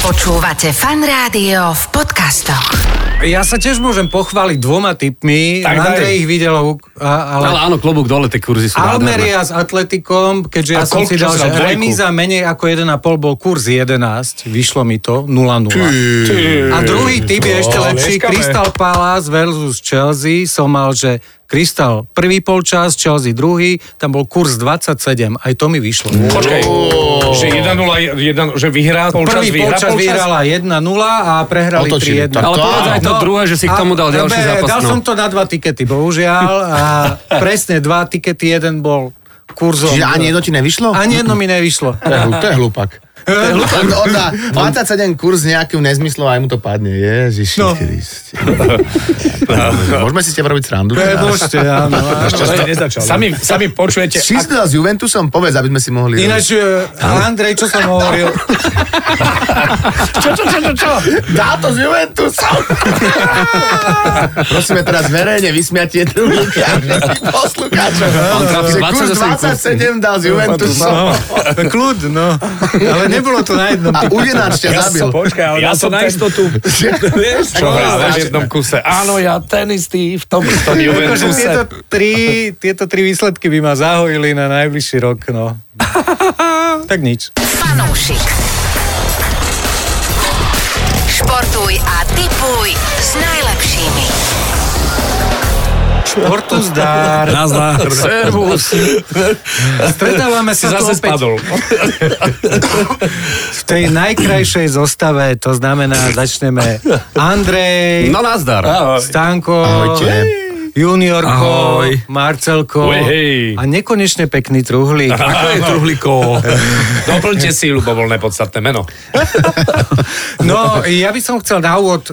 Počúvate fan rádio v podcastoch. Ja sa tiež môžem pochváliť dvoma typmi. Tak daj. Andrej ich videl, u- a- ale... Ale áno, klobúk dole, tie kurzy sú nádherné. Almeria s Atletikom, keďže ja A som koľko- si čo dal, si že dal, dvojku? remíza menej ako 1,5 bol kurz 11, vyšlo mi to 0-0. A druhý typ je ešte No, lepší, lieskame. Crystal Palace versus Chelsea, som mal, že Crystal prvý polčas, Chelsea druhý, tam bol kurz 27, aj to mi vyšlo. Počkaj, že 1-0, jeden- že vyhrá polčas, Prvý vyhrá polčas vyhrala 1-0 a prehrali Otočili, 3-1. tak. Ale povedz aj to No, druhé, že si a- k tomu dal ďalší dobre, zápas. Dal no. som to na dva tikety, bohužiaľ. A presne dva tikety, jeden bol kurzom. Čiže ani jedno ti nevyšlo? Ani jedno mi nevyšlo. To je, hlu- to je hlupak. On, on dá 27 kurz nejakým nezmyslom a aj mu to padne. Ježiši no. Krist. Môžeme si s teba robiť srandu? teraz? Prebožte, áno. áno. Sami, sami počujete, Či si to dal s Juventusom? Povedz, aby sme si mohli... Ináč, e, Andrej, čo som hovoril? čo, čo, čo, čo, čo? Dá to s Juventusom! Prosíme teraz verejne vysmiať jednu poslucháčov. On trafil Že kurz 27 dal s Juventusom. Kľud, no. Ale nebolo to na jednom. A Udenáč ťa zabil. Počkaj, ale Ja dal som na ten- istotu. Vieš, čo hráš v jednom kuse. Áno, ja ten istý v tom istom Akože tieto Juventuse. tri, tieto tri výsledky by ma zahojili na najbližší rok, no. Tak nič. Fanúšik. Športuj a tipuj s najlepšími. Portu zdár. Nazdar. Servus. Stretávame Si sa tu zase opäť spadol. v tej najkrajšej zostave, to znamená, začneme Andrej, No nazdar. Stanko, Ahojte. Juniorko, Ahoj. Marcelko Uj, hej. a nekonečne pekný truhlík. Ako je truhlíko? Doplňte si ľubovoľné podstatné meno. No, ja by som chcel na úvod, eh,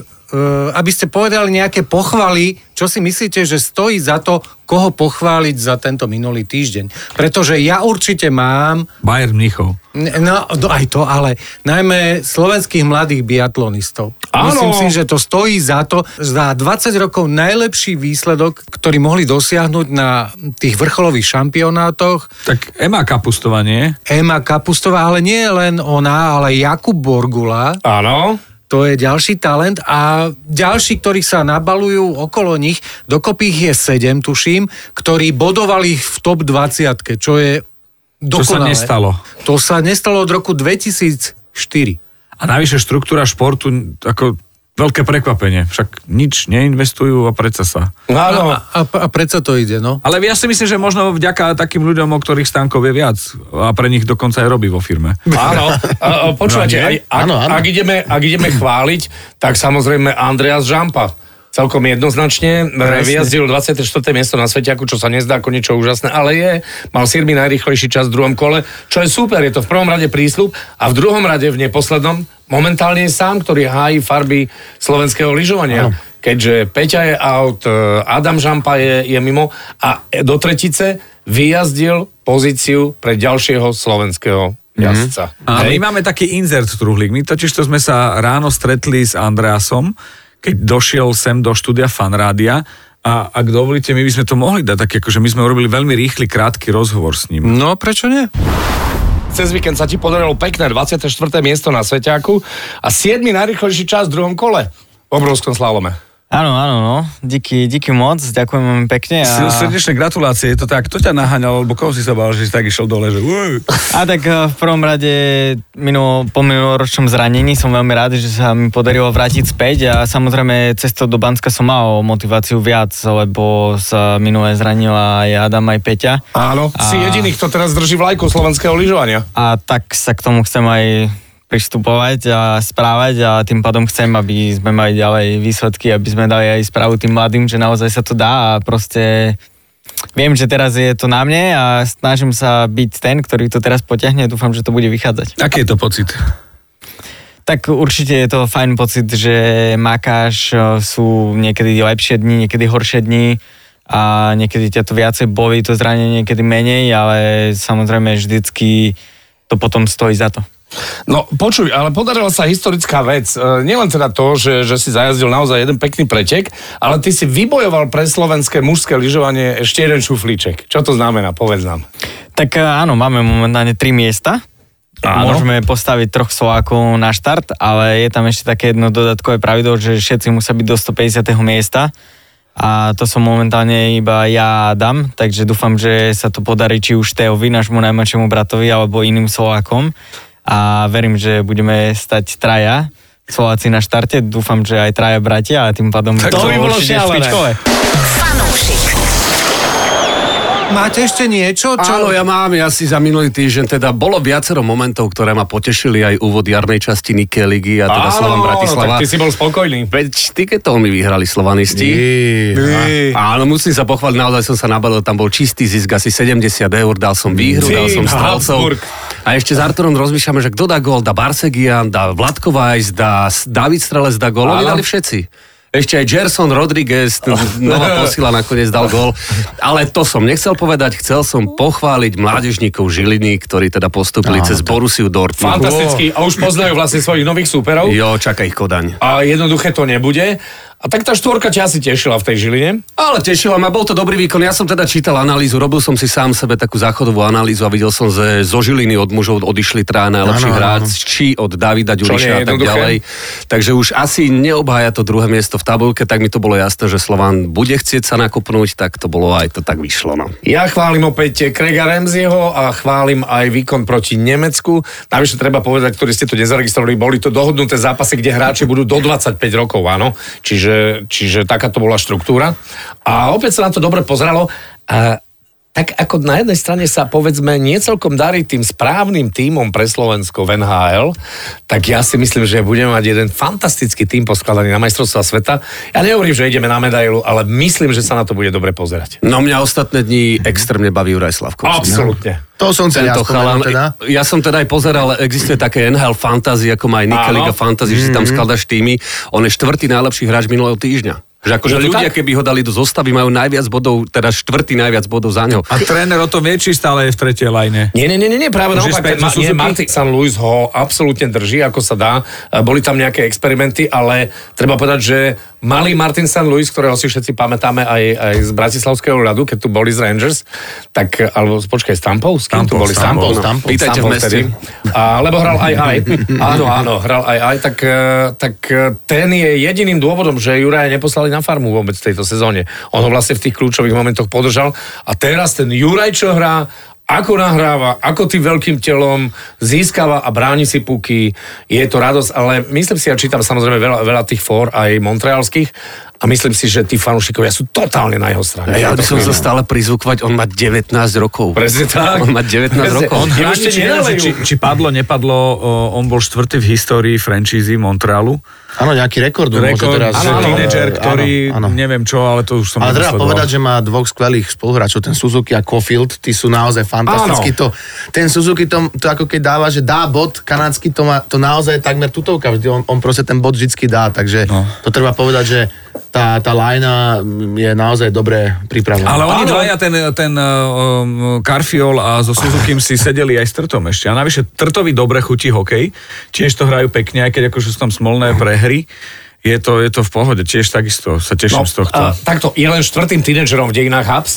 aby ste povedali nejaké pochvaly, čo si myslíte, že stojí za to, koho pochváliť za tento minulý týždeň. Pretože ja určite mám Bayern Mnichov. No, no aj to, ale najmä slovenských mladých biatlonistov. Áno. Myslím si, že to stojí za to, za 20 rokov najlepší výsledok, ktorý mohli dosiahnuť na tých vrcholových šampionátoch. Tak Ema Kapustová, nie? Ema Kapustová, ale nie len ona, ale Jakub Borgula, Áno. to je ďalší talent a ďalší, ktorí sa nabalujú okolo nich, dokopy ich je 7, tuším, ktorí bodovali ich v top 20, čo je dokonalé. nestalo. To sa nestalo od roku 2004. A navyše štruktúra športu, ako veľké prekvapenie. Však nič neinvestujú a predsa sa. Áno. A, a predsa to ide, no. Ale ja si myslím, že možno vďaka takým ľuďom, o ktorých Stankov je viac a pre nich dokonca aj robí vo firme. Áno, a- a počúvate, No, aj, nie? ak, Áno, áno. ak, ideme, ak ideme chváliť, tak samozrejme Andreas Žampa. Celkom jednoznačne reviazil 24. miesto na svetiaku, čo sa nezdá ako niečo úžasné, ale je. Mal 7. najrychlejší čas v druhom kole, čo je super, je to v prvom rade prísľub a v druhom rade v neposlednom momentálne je sám, ktorý hájí farby slovenského lyžovania. Keďže Peťa je out, e, Adam Žampa je, je mimo a e, do tretice vyjazdil pozíciu pre ďalšieho slovenského jazdca. A Hej. my máme taký inzert truhlík. My totiž to sme sa ráno stretli s Andreasom, keď došiel sem do štúdia fanrádia a ak dovolíte, my by sme to mohli dať tak, akože my sme urobili veľmi rýchly, krátky rozhovor s ním. No, prečo nie? Cez víkend sa ti podarilo pekné 24. miesto na Sveťáku a 7. najrychlejší čas v druhom kole v obrovskom slalome. Áno, áno, no. Díky, díky moc, ďakujem veľmi pekne. A, Ja. Srdečné gratulácie, je to tak, kto ťa naháňal, alebo koho si sa bál, že si tak išiel dole, že uj. a tak eh, v prvom rade minulo, po minuloročnom zranení som veľmi rád, že sa mi podarilo vrátiť späť a samozrejme cestou do Banska som mal motiváciu viac, lebo sa minulé zranila aj Adam, aj Peťa. Áno. Si A- jediný, kto teraz drží vlajku slovenského lyžovania. a tak sa k tomu chcem aj pristupovať a správať a tým pádom chcem, aby sme mali ďalej výsledky, aby sme dali aj správu tým mladým, že naozaj sa to dá a proste viem, že teraz je to na mne a snažím sa byť ten, ktorý to teraz potiahne, dúfam, že to bude vychádzať. Aký je to pocit? Tak určite je to fajn pocit, že makáš, e, sú niekedy lepšie dni, niekedy horšie dni a niekedy ťa to viacej boli, to zranenie niekedy menej, ale samozrejme vždycky to potom stojí za to. No počuj, ale podarila sa historická vec. E, Nielen teda to, že, že si zajazdil naozaj jeden pekný pretek, ale ty si vybojoval pre slovenské mužské lyžovanie ešte jeden šuflíček. Čo to znamená? Povedz nám. Tak e, áno, máme momentálne tri miesta. Áno. Môžeme postaviť troch Slovákov na štart, ale je tam ešte také jedno dodatkové pravidlo, že všetci musia byť do 150. miesta. A to som momentálne iba ja a Adam, takže dúfam, že sa to podarí či už Teovi, nášmu najmladšiemu bratovi, alebo iným Slovákom. A verím, že budeme stať traja Slováci na štarte. Dúfam, že aj traja bratia a tým pádom... Tak to by bolo určite šialené. špičkové. Fanúšik. Máte ešte niečo? Čo... Áno, ja mám, ja si za minulý týždeň, teda bolo viacero momentov, ktoré ma potešili aj úvod jarnej časti Nike ligy a teda Slovan Bratislava. tak ty si bol spokojný. 5 tiketov mi vyhrali slovanisti. Áno, musím sa pochváliť, naozaj som sa nabalil, tam bol čistý zisk, asi 70 eur, dal som výhru, dal som Ty, Habsburg. strelcov. A ešte s Arturom rozmýšľame, že kto dá gól, dá Barsegian, dá Vladkovajs, dá S- David Strelec, dá gól, oni Áno. dali všetci. Ešte aj Gerson Rodriguez, t- nová posila nakoniec dal gól. Ale to som nechcel povedať, chcel som pochváliť mládežníkov Žiliny, ktorí teda postupili cez Borussiu Dortmund. Fantastický. A už poznajú vlastne svojich nových súperov. Jo, čaká ich Kodaň. A jednoduché to nebude. A tak tá štvorka ťa asi tešila v tej žiline. Ale tešila ma, bol to dobrý výkon. Ja som teda čítal analýzu, robil som si sám sebe takú záchodovú analýzu a videl som, že zo Žiliny od mužov odišli traja najlepší Áno, áno, hráč, či od Davida nie je Ďuriša a tak jednoduché. ďalej. Takže už asi neobhája to druhé miesto v tabulke, tak mi to bolo jasné, že Slován bude chcieť sa nakopnúť, tak to bolo aj to tak vyšlo. No. Ja chválim opäť Krega Ramseyho a chválim aj výkon proti Nemecku. Navyše treba povedať, ktorí ste tu nezaregistrovali, boli to dohodnuté zápasy, kde hráči budú do 25 rokov, áno. Čiže, čiže taká to bola štruktúra. A opäť sa na to dobre pozeralo. A tak ako na jednej strane sa povedzme nie celkom darí tým správnym tímom pre Slovensko v NHL, tak ja si myslím, že budeme mať jeden fantastický tím poskladaný na majstrovstvá sveta. Ja nehovorím, že ideme na medailu, ale myslím, že sa na to bude dobre pozerať. No mňa ostatné dni extrémne baví Juraj Slavkovský. No. Absolútne. To som chcel ja Tento spomenul chalan, teda. ja som teda aj pozeral, existuje také NHL fantasy, ako má aj Nike Áno. Liga fantasy, že si Mhm. tam skladaš týmy. On je štvrtý najlepší hráč minulého týždňa. Že akože Je to ľudia, tak? keby ho dali do zostavy, majú najviac bodov, teda štvrtý najviac bodov za ňo. A tréner o tom vie, či stále je v tretej lajne. Nie, nie, nie, nie, nie práve Môžeš naopak. späť Ten, na ma, nie, Suzuki? Martin San Luis ho absolútne drží, ako sa dá. E, Boli tam nejaké experimenty, ale treba povedať, že malý Martin San Luis, ktorého si všetci pamätáme aj, aj z Bratislavského ľadu, keď tu boli z Rangers, tak, e, alebo počkaj, s Tampou? S kým tu boli? S Tampou, Tampou, s Tampou. Vítajte v meste. vtedy. A, lebo hral aj aj. Áno, áno, hral aj aj. Tak, e, tak e, ten je jediným dôvodom, že Juraja neposlali na farmu vôbec v tejto sezóne. On ho vlastne v tých kľúčových momentoch podržal. A teraz ten Juraj, čo hrá, ako nahráva, ako tým veľkým telom získava a bráni si puky. Je to radosť, ale myslím si, ja čítam samozrejme veľa, veľa tých fór, aj montrealských, a myslím si, že tí fanúšikovia sú totálne na jeho strane. A ja by som To- sa stále prizvukvať, on má 19 rokov. Presne tak. On má 19 Presne. rokov. On Ja hrá, ešte nič neviem, že či, nenalejú. či padlo, nepadlo, o, on bol štvrtý v histórii franšízy Montrealu. Áno, nejaký rekord. mu No, môže Rekord, teraz, že eh, tínedžer, áno, ktorý, áno. neviem čo, ale to už som Ale treba nedosledoval. povedať, že má dvoch skvelých spoluhráčov, ten Suzuki a Cofield, tí sú naozaj fantastickí. To, ten Suzuki to, to ako keď dáva, že dá bod, kanadský to má to naozaj takmer tutovka, vždy on, on proste ten bod vždycky dá, takže no. to treba povedať, že tá, tá lajna je naozaj dobre pripravená. Ale oni dvaja, ten, ten um, Carfiol a so Suzukim si sedeli aj s Trtom ešte. A navyše Trtovi dobre chutí hokej, tiež to hrajú pekne, aj keď akože sú tam smolné prehry. Je to, je to v pohode, tiež takisto sa teším z tohto. No, a takto, je len štvrtým tínedžerom v dejinách Habs,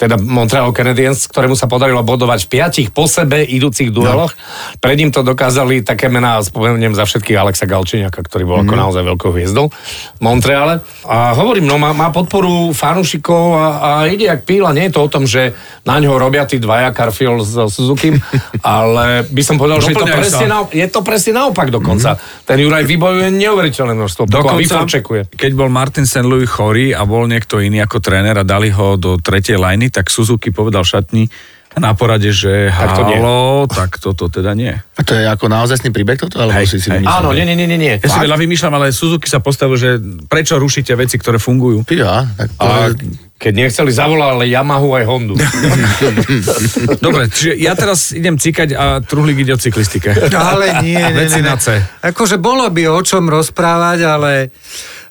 teda Montreal Canadiens, ktorému sa podarilo bodovať v piatich po sebe idúcich dueloch. No. Pred ním to dokázali také mená, spomeniem za všetkých Alexa Galčeniaka, ktorý bol mm. Mhm. ako naozaj veľkou hviezdou v Montreale. A hovorím, no má, má podporu fanúšikov a, a ide jak píla. Nie je to o tom, že na ňo robia tí dvaja Carfield so Suzuki, ale by som povedal, že je to, Doplňajú No, sa. Mhm. presne na, je to presne naopak dokonca. Mm. Ten Juraj vybojuje neuveriteľné množstvo. pokov a vyfúčekuje. keď bol Martin St. Louis chorý a bol niekto iný ako tréner a dali ho do tretej lajny, tak Suzuki povedal šatni na porade, že Tak to nie. halo, tak toto teda nie. A to je ako naozajstný príbeh toto? Alebo Hej, si si hej. vymyslel? Áno, nie, nie, nie, nie. nie. Ja si veľa vymýšľam, ale Suzuki sa postavil, že prečo rušíte veci, ktoré fungujú. Ja, tak to A je... keď nechceli, zavolali Yamahu aj Hondu. Dobre, čiže ja teraz idem cikať a truhlík ide o cyklistike. Ale nie, nie, Veci nie, na C. nie. Akože bolo by o čom rozprávať, ale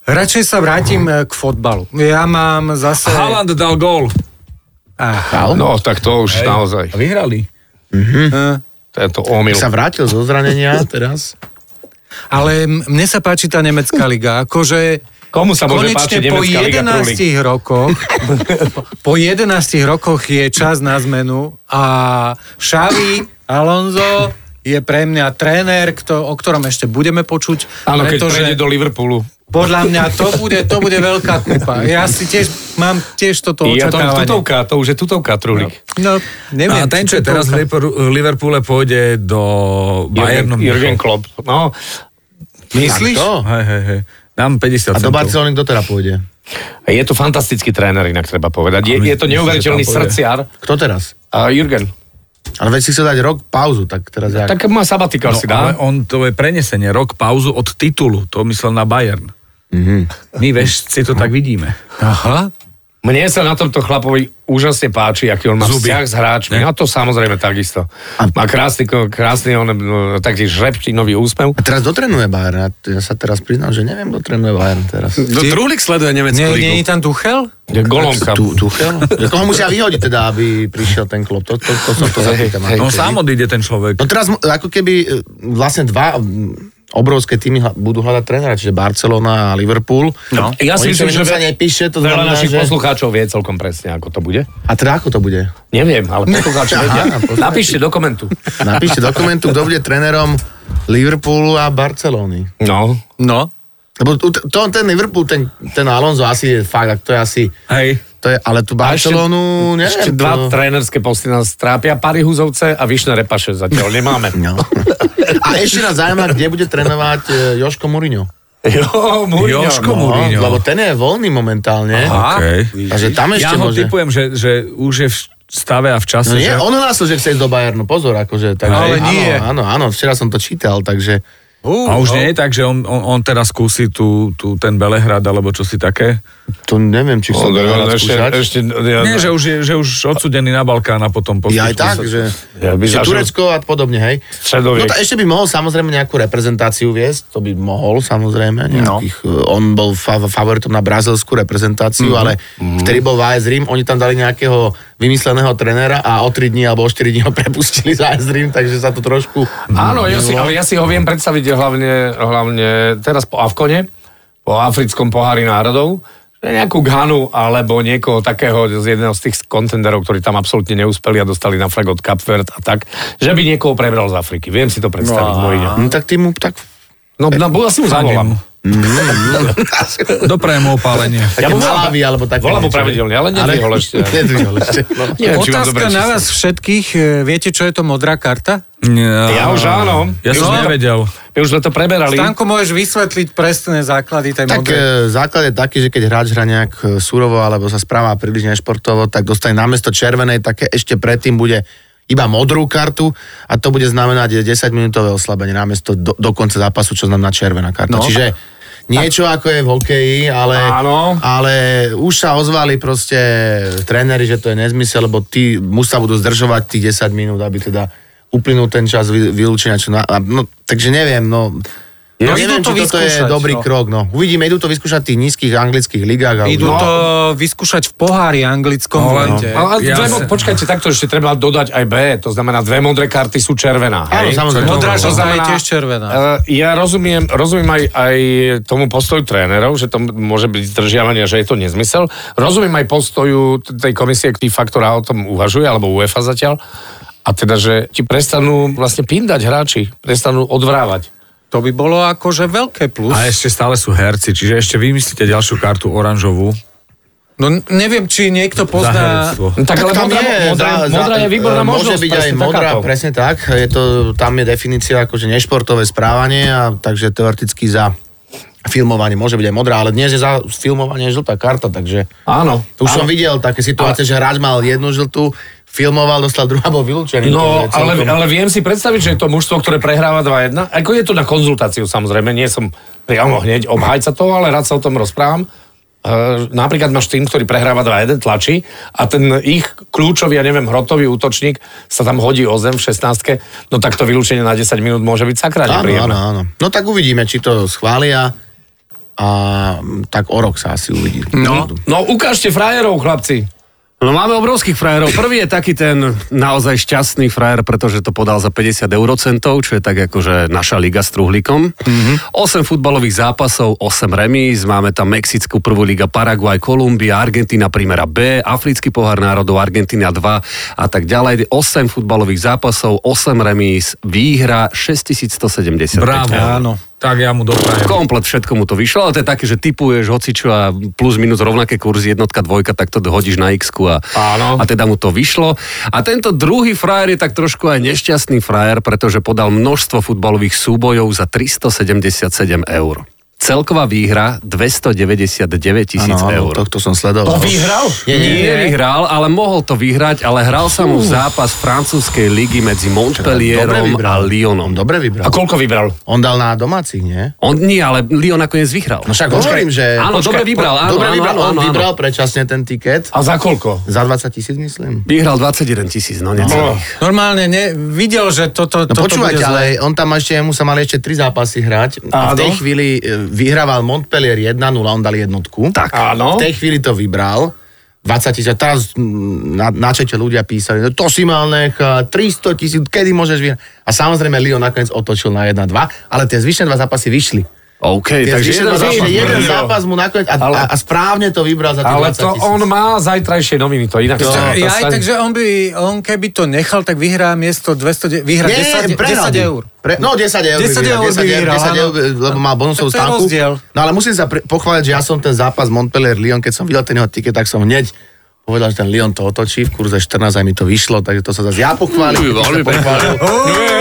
radšej sa vrátim Mhm. eh, k fotbalu. Ja mám zase... Haaland dal gól. Ah, No, tak to už Ej. naozaj. Vyhrali. Tento omyl. Sa vrátil zo zranenia teraz. Ale m- mne sa páči tá nemecká liga, akože... Komu sa môže páčiť konečne po nemecká liga 11 rokoch, po 11 rokoch je čas na zmenu a Xavi Alonso je pre mňa tréner, kto, o ktorom ešte budeme počuť. Áno, No, keď prejde do Liverpoolu. Podľa mňa to bude, to bude veľká kúpa. Ja si tiež, mám tiež toto Je to očakávanie. tutovka, to už je tutovka, Truhlík. No, neviem. A ten, čo či je teraz v Liverpool- v Liverpoole, pôjde do Bayernu. No, Jürgen, Jürgen Klopp. No, Myslíš? To? Hej, hej, hej. Dám 50 A centov. do Barcelony kto teda pôjde? a je to fantastický tréner, inak treba povedať. Je, A my- je to myslím, neuveriteľný že tam bude. srdciar. Kto teraz? A Jürgen, Ale veď si chcel dať rok pauzu, tak teraz jak? No tak má sabatikál si No, Ale dá. on to je prenesenie, rok pauzu od titulu, to myslel na Bayern. Mhm. Mm-hmm. My vešci to tak vidíme. Aha. Mne sa na tomto chlapovi úžasne páči, aký on má Zuby. vzťah s hráčmi. A to samozrejme takisto. Má krásny, ko- krásny on, no, taký žrebčinový úsmev. A teraz dotrenuje Bayern. Ja- Ja sa teraz priznám, že neviem, kto trénuje Bayern teraz. No, Truhlík sleduje nemeckú Nie, nie ligu. je tam Tuchel? Golomka. Tu, Tuchel? Koho musia vyhodiť teda, aby prišiel ten klop? To, to, to, to, to sa pýtam. No sám odíde ten človek. No teraz mu- ako keby e, vlastne dva mm, obrovské týmy hľa- budú hľadať trénera, čiže Barcelona a Liverpool. No. Ja si myslím, že sa nepíše, to veľa znamená, našich že... poslucháčov vie celkom presne, ako to bude. A teda ako to bude? Neviem, ale Aha, poslucháči vedia. poslucháči. Napíšte do komentu. Napíšte dokumentu, kto bude trénerom Liverpoolu a Barcelony. No, No. Lebo tu- to, ten Liverpool, ten, ten Alonso asi je fakt, ak to je asi... Hej. To je, ale tu A ešte- Barcelonu, neviem. no. ešte dva to... trénerské posty nás trápia. Parihuzovce a Vyšné repaše zatiaľ nemáme. No. A ešte nás zaujíma, kde bude trénovať e, Joško Mourinho. Jo, Mourinho. Jožko No, Mourinho. lebo ten je voľný momentálne. Aha. Okay. Takže tam ešte Ja ho môže. typujem, že, že už je v stave a v čase. No nie, že... on hlásil, že chce ísť do Bayernu, pozor, akože. Tak, Ale áno, nie. Áno, áno, včera som to čítal, takže... A no. už nie je tak, že on, on, on teraz skúsi tú, tú, ten Belehrad alebo čo si také? To neviem, či chcel No, to no, rád ešte, skúšať. ešte, ja, Nie, že už je že už odsudený na Balkán a potom postupne Ja aj tak, sa- že... ja by Že zažil Turecko a podobne, hej. No stredovek. to ešte by mohol samozrejme nejakú reprezentáciu viesť, to by mohol samozrejme. Nejakých, no. On bol fa- favoritom na brazilskú reprezentáciu, Mhm. mm-hmm. ale vtedy bol v AS Rím, oni tam dali nejakého vymysleného trenéra a o 3 dní alebo o 4 dní ho prepustili z AS Rím, takže sa to trošku... Áno, ja si, ale ja si ho viem predstaviť hlavne, hlavne teraz po Avkone, po Africkom pohári národov, že nejakú Ghanu alebo niekoho takého z jedného z tých kontenderov, ktorí tam absolútne neúspeli a dostali na frag od Kapvert a tak, že by niekoho prebral z Afriky. Viem si to predstaviť, no, Mourinho. No tak ty mu tak... No, no asi mu zavolám. Doprajem mu opálenie. Také ja mu volám- malavy alebo také... volám mu niečo. pravidelne, ale nedvihol ešte. Nedvihol ešte, no. Neviem, či mám dobré Otázka na číslo. vás všetkých. e, Viete, čo je to modrá karta? Ja už áno. Ja som No. nevedel. My už sme to preberali. Stanko, môžeš vysvetliť presné základy tej Tak modrej. e, základ je taký, že keď hráč hrá nejak e, surovo alebo sa správa príliš nešportovo, tak dostane namiesto červenej, také ešte predtým bude iba modrú kartu a to bude znamenať 10 minútové oslabenie namiesto do, do konca zápasu, čo znamená červená karta. No. Čiže niečo ako je v hokeji, ale, Áno. ale už sa ozvali proste tréneri, že to je nezmysel, lebo tí musia budú zdržovať tých 10 minút, aby teda uplynul ten čas vy- vylúčenia. Čo na, a- no, takže neviem, no... No, Ja idú neviem, to či toto je vyskúšať, dobrý no. krok. No. Uvidíme, idú to vyskúšať v tých nízkych anglických ligách. ale- Idú to vyskúšať v pohári anglickom no, lete. Ale Ja dve, sa- počkajte, takto ešte treba dodať aj B, to znamená dve modré karty sú červená. Áno, hej? samozrejme. Modrá To žltá je tiež červená. Uh, ja rozumiem, rozumiem aj, aj tomu postoju trénerov, že to m- môže byť zdržiavanie, že je to nezmysel. Rozumiem aj postoju t- tej komisie, ktorý faktora o tom uvažuje, alebo UEFA zatiaľ. A teda, že ti prestanú vlastne pindať hráči, prestanú odvrávať. To by bolo akože veľké plus. A ešte stále sú herci, čiže ešte vymyslíte ďalšiu kartu oranžovú. No n- neviem, či niekto pozná... herectvo. No, tak, ale tam modrá, je, modrá, za- za- modrá je výborná e, možnosť. Môže byť aj presne modrá, takáto. presne tak. Je to, tam je definícia akože nešportové správanie, a, takže teoreticky za filmovanie môže byť aj modrá, ale dnes je za filmovanie žltá karta, takže... Áno. To už som videl také situácie, že hráč mal jednu žltú, filmoval, dostal druhá, bol vylúčený. No, Takže ale, celkom- ale viem si predstaviť, že je to mužstvo, ktoré prehráva 2-1. Ako je to na konzultáciu, samozrejme, nie som priamo hneď obhajca toho, ale rád sa o tom rozprávam. Uh, napríklad máš tým, ktorý prehráva 2-1, tlačí a ten ich kľúčový, ja neviem, hrotový útočník sa tam hodí o zem v 16 no tak to vylúčenie na 10 minút môže byť sakra Áno, áno, nepríjemné. áno. No tak uvidíme, či to schvália a mm, tak o rok sa asi uvidí. No, no ukážte frajerov, chlapci. No máme obrovských frajerov. Prvý je taký ten naozaj šťastný frajer, pretože to podal za 50 eurocentov, čo je tak akože naša liga s truhlíkom. Mhm. Mm-hmm. 8 futbalových zápasov, 8 remíz, máme tam Mexickú prvú liga, Paraguaj, Kolumbia, Argentina primera B, Africký pohár národov, Argentina 2 a tak ďalej. 8 futbalových zápasov, 8 remíz, výhra 6170. Bravo. Áno. Tak ja mu doprajem. Komplet všetko mu to vyšlo, ale to je také, že typuješ hocičo a plus minus rovnaké kurzy, jednotka, dvojka, tak to hodíš na x a, Áno. a teda mu to vyšlo. A tento druhý frajer je tak trošku aj nešťastný frajer, pretože podal množstvo futbalových súbojov za 377 eur. Celková výhra 299 tisíc Áno, eur. tohto som sledoval. Vyhral? Nie, nie, nie. Vyhral, ale mohol to vyhrať, ale hral sa mu zápas francúzskej ligy medzi Montpellierom a Lyonom. Dobre vybral. A koľko vybral? On dal na domácich, nie? On nie, ale Lyon nakoniec vyhral. No však hovorím, že... Áno, dobre vybral, áno, Dobre áno, vybral, áno, on áno. vybral predčasne ten tiket. A za koľko? Za 20 tisíc, myslím. Vyhral 21 tisíc, no No. necelých. Normálne ne, videl, že toto, No toto počúvajte, bude zlé. ale on tam ešte, mu sa mali ešte tri zápasy hrať a v tej chvíli e, vyhrával Montpellier 1-0, on dal jednotku. Tak. Áno. no. V tej chvíli to vybral. 20 tisíc, teraz mm, na, na čete ľudia písali, no to si mal nechať, 300 tisíc, kedy môžeš vyhrať. A samozrejme Lyon nakoniec otočil na 1-2, ale tie zvyšné dva zápasy vyšli. OK, Tie zvyšné takže jeden dva zápasy, zápas. jeden Lyon. zápas mu nakoniec a, Ale- a, a správne to vybral za tých Ale 20 to tisíc. on má zajtrajšie noviny, to inak. To, to Ja aj sa- tak, že on by, on keby to nechal, tak vyhrá miesto 200, de- vyhrá Nie, 10, 10 prehral by. eur. Pre, no 10 eur. 10 eur by 10 vyhral, 10 eur, lebo mal Tak bonusovú to je stánku. rozdiel. No ale musím sa pre, pochváliť, že ja som ten zápas Montpellier-Lyon, keď som videl ten jeho tiket, tak som hneď povedal, že ten Lyon to otočí, v kurze 14 aj mi to vyšlo, takže to sa zase ja pochválim. Uj, keď sa veľmi pekne. pochválim.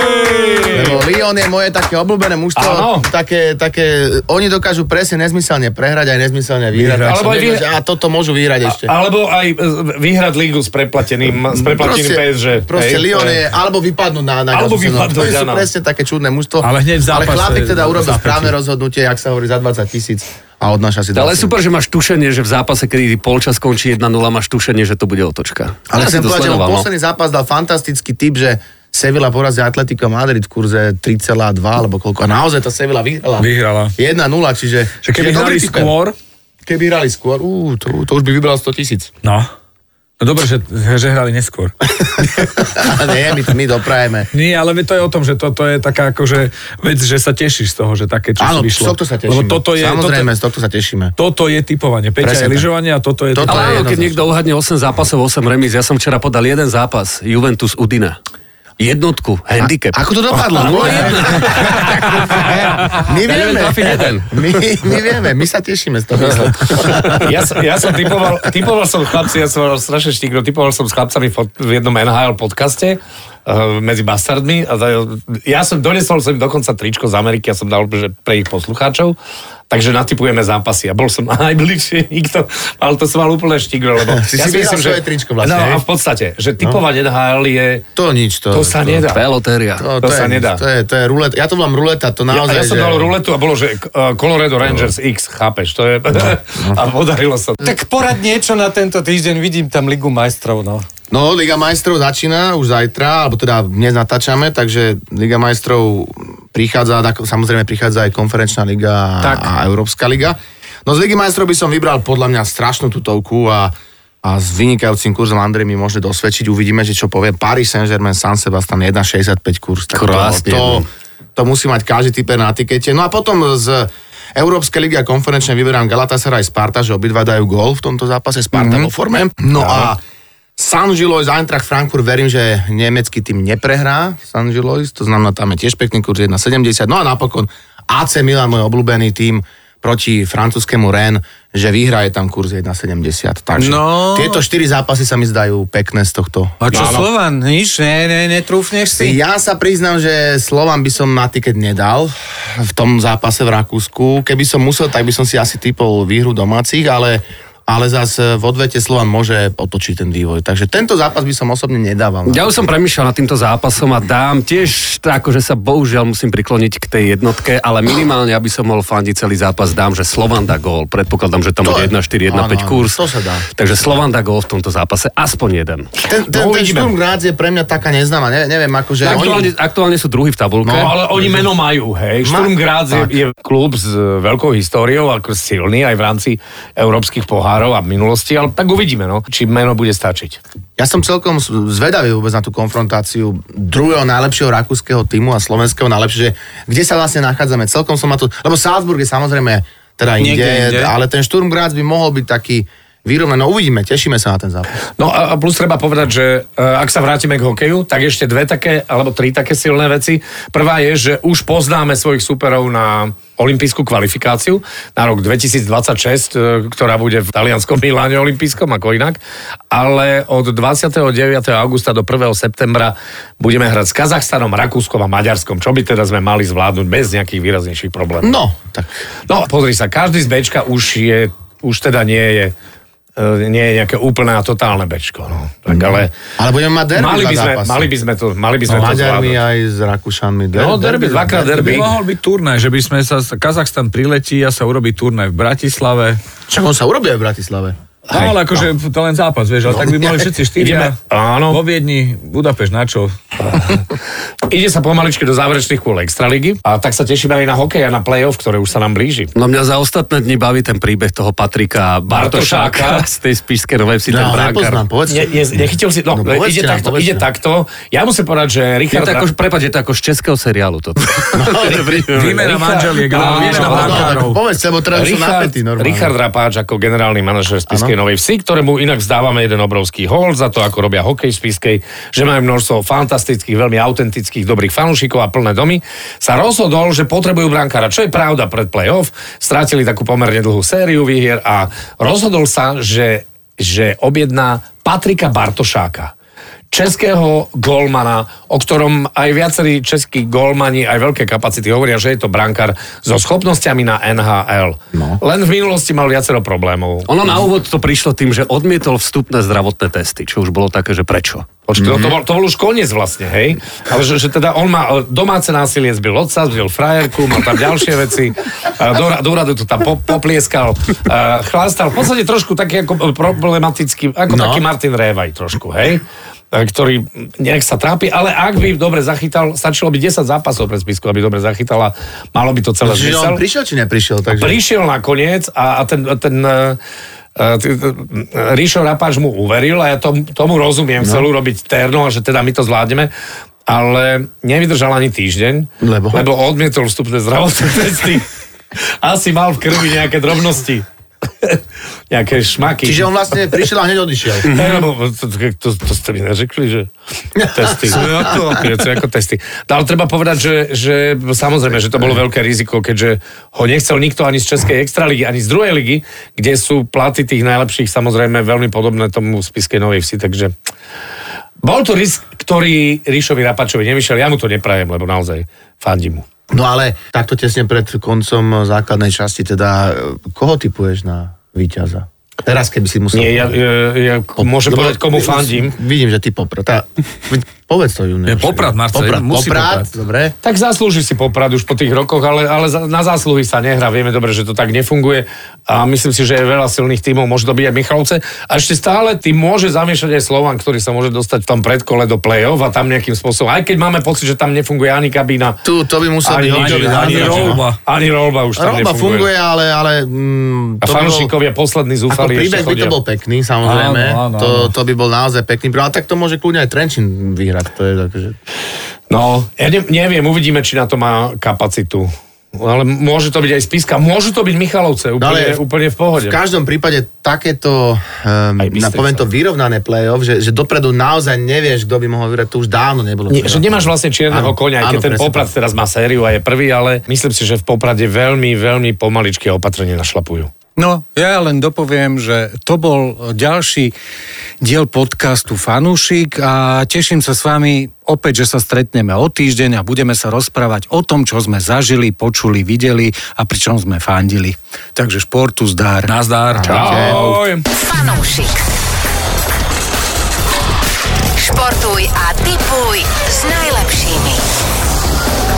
Lebo Lyon je moje také obľúbené Áno. mužstvo, také, také, oni dokážu presne nezmyselne prehrať aj nezmyselne vyhrať. Vyhrať. Tak som Alebo aj vedel, vyhrať. že a toto môžu vyhrať ešte. Alebo aj e, vyhrať lígu s preplateným, s preplateným PSG. proste hej, Lyon to je, alebo vypadnú na, na Alebo ďalšiu sezónu. vypadnú, To sú áno. presne také čudné mužstvo. Ale hneď v zápase- Ale chlapík teda urobil zaskočí. správne rozhodnutie, ak sa hovorí za 20 tisíc a odnáša si Ale 20. super, že máš tušenie, že v zápase, kedy polčas skončí 1-0, máš tušenie, že to bude otočka. Ale ja chcem som to povedať, že on sledoval, no. posledný zápas dal fantastický typ, že Sevilla porazí Atletico Madrid v kurze 3,2 alebo koľko. A naozaj tá Sevilla vyhrala. Vyhrala. 1-0, čiže... Že keby čiže dobrý hrali typ. skôr... Keby hrali skôr, ú, to, to už by vybral 100 tisíc. No. No dobre, že, že hrali neskôr. Nie, my, my doprajeme. Nie, ale to je o tom, že toto je taká akože vec, že sa tešíš z toho, že také čo Áno, si z vyšlo. tohto sa tešíme. Lebo toto je, Samozrejme, z tohto sa tešíme. toto, toto je typovanie. Peťa je Presne tak. lyžovanie a toto je Toto To Ale je áno, keď jednoznačné. niekto uhadne 8 zápasov, 8 remíz, ja som včera podal jeden zápas, Juventus Udina. Jednotku, handicap. Ako to dopadlo? Áno, Nula jeden. My Ja neviem vieme. trafiť jeden. My, my vieme, my sa tešíme z toho výsledku. ja, som- ja som typoval, typoval som chlapci, ja som mal strašne štíkro, typoval som s chlapcami fot- v jednom NHL podcaste eh, medzi bastardmi a za- ja som donesol som im dokonca tričko z Ameriky a som dal že pre ich poslucháčov, takže natypujeme zápasy a bol som najbližšie nikto, ale to som mal úplne štíkro, lebo Si si vybral svoje tričko vlastne, hej? No a v podstate, že typovať NHL je, To nič, to... to sa nedá. To je lotéria. To, to je, sa nedá. To je, to je ruleta, ja to volám ruleta, to Ja, naozaj, ja som že... No. dal ruletu a bolo, že eh, Colorado Rangers X, chápeš, to je... A podarilo sa. Tak porad niečo na tento týždeň, vidím tam Ligu majstrov, no. No, Liga majstrov začína už zajtra, alebo teda dnes natáčame, takže Liga majstrov prichádza, tak samozrejme prichádza aj konferenčná liga a, Tak. a Európska liga. No z Ligy majstrov by som vybral podľa mňa strašnú tutovku a, a s vynikajúcim kurzom Andrej mi môže dosvedčiť. Uvidíme, že čo povie Paris Saint-Germain, San Sebastian 1,65 kurz. Tak Krásne, To, to, to musí mať každý typer na tikete. No a potom z Európskej ligy a konferenčne vyberám Galatasaray Sparta, že obidva dajú gól v tomto zápase. Sparta mm-hmm. vo forme. No a San Gilois, Eintracht Frankfurt, verím, že nemecký tým neprehrá San Gilois, to znamená, tam je tiež pekný kurz 1,70. No a napokon AC Milan, môj obľúbený tým proti francúzskému Ren, že vyhrá je tam kurz 1,70. Takže No. tieto štyri zápasy sa mi zdajú pekné z tohto. A čo Slovan, nič, ne, ne, netrúfneš si? Ja sa priznám, že Slovan by som na tiket nedal v tom zápase v Rakúsku. Keby som musel, tak by som si asi typol výhru domácich, ale ale zase v odvete Slovan môže otočiť ten vývoj. Takže tento zápas by som osobne nedával. na Ja už som premýšľal nad týmto zápasom a dám tiež, tak, akože sa bohužiaľ musím prikloniť k tej jednotke, ale minimálne, aby som mohol fandiť celý zápas, dám, že Slovan dá gól. Predpokladám, že tam To je- bude 1-4-1-5 áno, áno, kurz. No, to sa dá. Takže Slovan dá gól v tomto zápase, aspoň jeden. Ten, ten, ten No, uvidíme. Sturm Graz je pre mňa taká neznáma, ne, neviem, akože... Aktuálne, Oni, aktuálne sú druhý v tabulke. No, ale oni meno majú, hej. Ma- Sturm Graz je, je klub s e, veľkou históriou, ako silný aj v rámci európskych párov a v minulosti, ale tak uvidíme, no, či meno bude stačiť. Ja som celkom s- zvedavý vôbec na tú konfrontáciu druhého najlepšieho rakúskeho týmu a slovenského najlepšieho, že kde sa vlastne nachádzame. Celkom som na to... Lebo Salzburg je samozrejme teda inde, Niekde inde. ale ten Sturm Graz by mohol byť taký vyrovnaný. No uvidíme, tešíme sa na ten zápas. No a a plus treba povedať, že e, ak sa vrátime k hokeju, tak ešte dve také, alebo tri také silné veci. Prvá je, že už poznáme svojich súperov na olimpijskú kvalifikáciu na rok 2026, e, ktorá bude v talianskom Miláne olimpijskom, ako inak. Ale od 29. augusta do 1. septembra budeme hrať s Kazachstanom, Rakúskom a Maďarskom, čo by teda sme mali zvládnuť bez nejakých výraznejších problémov. No, tak No, pozri sa, každý z Bčka už je, už teda nie je, e, nie je nejaké úplné a totálne Bčko, no. Tak ale... Ale budeme mať derby mali dva by, sme, zápasy. mali by sme to, mali by s sme to Maďarmi zvládnuť. aj s Rakúšanmi. No, derby, dvakrát To by derby. mohol byť turnaj, že by sme sa, Kazachstan priletí a sa urobí turnaj v Bratislave. Čo on sa urobí aj v Bratislave? No, ale akože to len zápas, vieš, ale tak by mohli všetci No, Ideme, štyria. áno. Vo Viedni, Budapešť, na čo? Ide sa pomaličky do záverečných kôl Extraligy a tak sa tešíme aj na hokej a na play-off, ktoré už sa nám blíži. No mňa za ostatné dni baví ten príbeh toho Patrika Bartošáka Bartošáka. z tej spišskej novej vsi, ten No, bránkar. nepoznám, povedz. Ne, ne, nechytil si, no, No, no povedzte ide, nám, takto, povedzte ide nám. takto. Ja musím povedať, že Je Richard... to ako, prepáč, je to ako z českého seriálu toto. Výmena manželiek, Áno, alebo výmena No, áno, áno, brankárov. No, Povedz, lebo teraz už sú Richard, napätí normálne. Richard Rapáč ako generálny manažer Spiskej Novej Vsi, ktorému inak vzdávame jeden obrovský hol za to, ako robia hokej v Spiskej, že majú množstvo fantastických, veľmi autentických, dobrých fanúšikov a plné domy, sa rozhodol, že potrebujú brankára, čo je pravda pred playoff. Strátili takú pomerne dlhú sériu výhier a rozhodol sa, že, že objedná Patrika Bartošáka českého golmana, o ktorom aj viacerí českí golmani, aj veľké kapacity hovoria, že je to brankár so schopnosťami na NHL. No. Len v minulosti mal viacero problémov. Ono na úvod to prišlo tým, že odmietol vstupné zdravotné testy, čo už bolo také, že prečo. Počkej, Mhm. mm-hmm. to, bol, to bol už koniec vlastne, hej? Ale že, že teda on má e, domáce násilie, zbil otca, zbil frajerku, mal tam ďalšie veci, e, do, ra- do radu to tam po, poplieskal, e, chlastal, v podstate trošku taký ako e, problematický, ako no. taký Martin Révaj trošku, hej? E, ktorý nejak sa trápi, ale ak by dobre zachytal, stačilo by 10 zápasov pre spisku, aby dobre zachytala, malo by to celé Čiže on zmysel. prišiel či neprišiel? Takže... Prišiel nakoniec a, a ten, a ten e, e, t- t- Ríšo Rapáč mu uveril a ja tom, tomu rozumiem, No. chcel urobiť terno a že teda my to zvládneme, ale nevydržal ani týždeň, Lebo? lebo odmietol vstupné zdravotné testy. Asi mal v krvi nejaké drobnosti. nejaké šmaky. Čiže on vlastne prišiel a hneď odišiel. Hej, lebo to, to, to, to ste mi neřekli, že testy. Niečo ako testy. No, ale treba povedať, že, že samozrejme, že to bolo veľké riziko, keďže ho nechcel nikto ani z Českej extraligy, ani z druhej ligy, kde sú platy tých najlepších samozrejme veľmi podobné tomu v Spiskej Novej Vsi, takže bol to risk, ktorý Ríšovi Rapačovi nevyšiel. Ja mu to neprajem, lebo naozaj fandím mu. No ale takto tesne pred koncom základnej časti, teda e, koho typuješ na víťaza? Teraz, keby si musel... Nie, ja, ja, ja môžem No, Lebo- povedať, komu fandím. Vidím, že ty poprat. Tá, povedz to, Junior. Je Poprad, Marcel, Poprad, musí poprad, Poprad. dobre. Tak zaslúži si poprad už po tých rokoch, ale, ale za- na zásluhy sa nehrá. Vieme dobre, že to tak nefunguje a myslím si, že je veľa silných tímov, môže to byť aj Michalovce. A ešte stále tým môže zamiešať aj Slovan, ktorý sa môže dostať v tom predkole do play-off a tam nejakým spôsobom. Aj keď máme pocit, že tam nefunguje ani kabína, Tu, to by musel ani, byť ani, Jožovi ani, Zázračný. rolba. Ani rolba už tam Roba nefunguje. funguje, ale... ale mm, A to by bol- fanúšikovia poslední Ako zúfali ešte príbeh by chodia. to bol pekný, samozrejme. Áno, áno, To, to by bol naozaj pekný príbeh, ale tak to môže kľudne aj Trenčín vyhrať. To je tak, že... No, ja ne, neviem, uvidíme, či na to má kapacitu. Ale môže to byť aj Spiska, môže to byť Michalovce, úplne, No ale úplne v pohode. V každom prípade takéto, um, na, Bystrica. poviem to, vyrovnané play-off, že, že dopredu naozaj nevieš, kto by mohol vyhrať, to už dávno nebolo. Nie, že nemáš vlastne čierneho Áno, konia, aj keď áno, ten presne Poprad teraz má sériu a je prvý, ale myslím si, že v Poprade veľmi, veľmi pomaličky a opatrne našlapujú. No, ja len dopoviem, že to bol ďalší diel podcastu Fanúšik a teším sa s vami opäť, že sa stretneme o týždeň a budeme sa rozprávať o tom, čo sme zažili, počuli, videli a pričom sme fandili. Takže športu zdár. Nazdar. Ahoj. Fanúšik. Športuj a tipuj s najlepšími.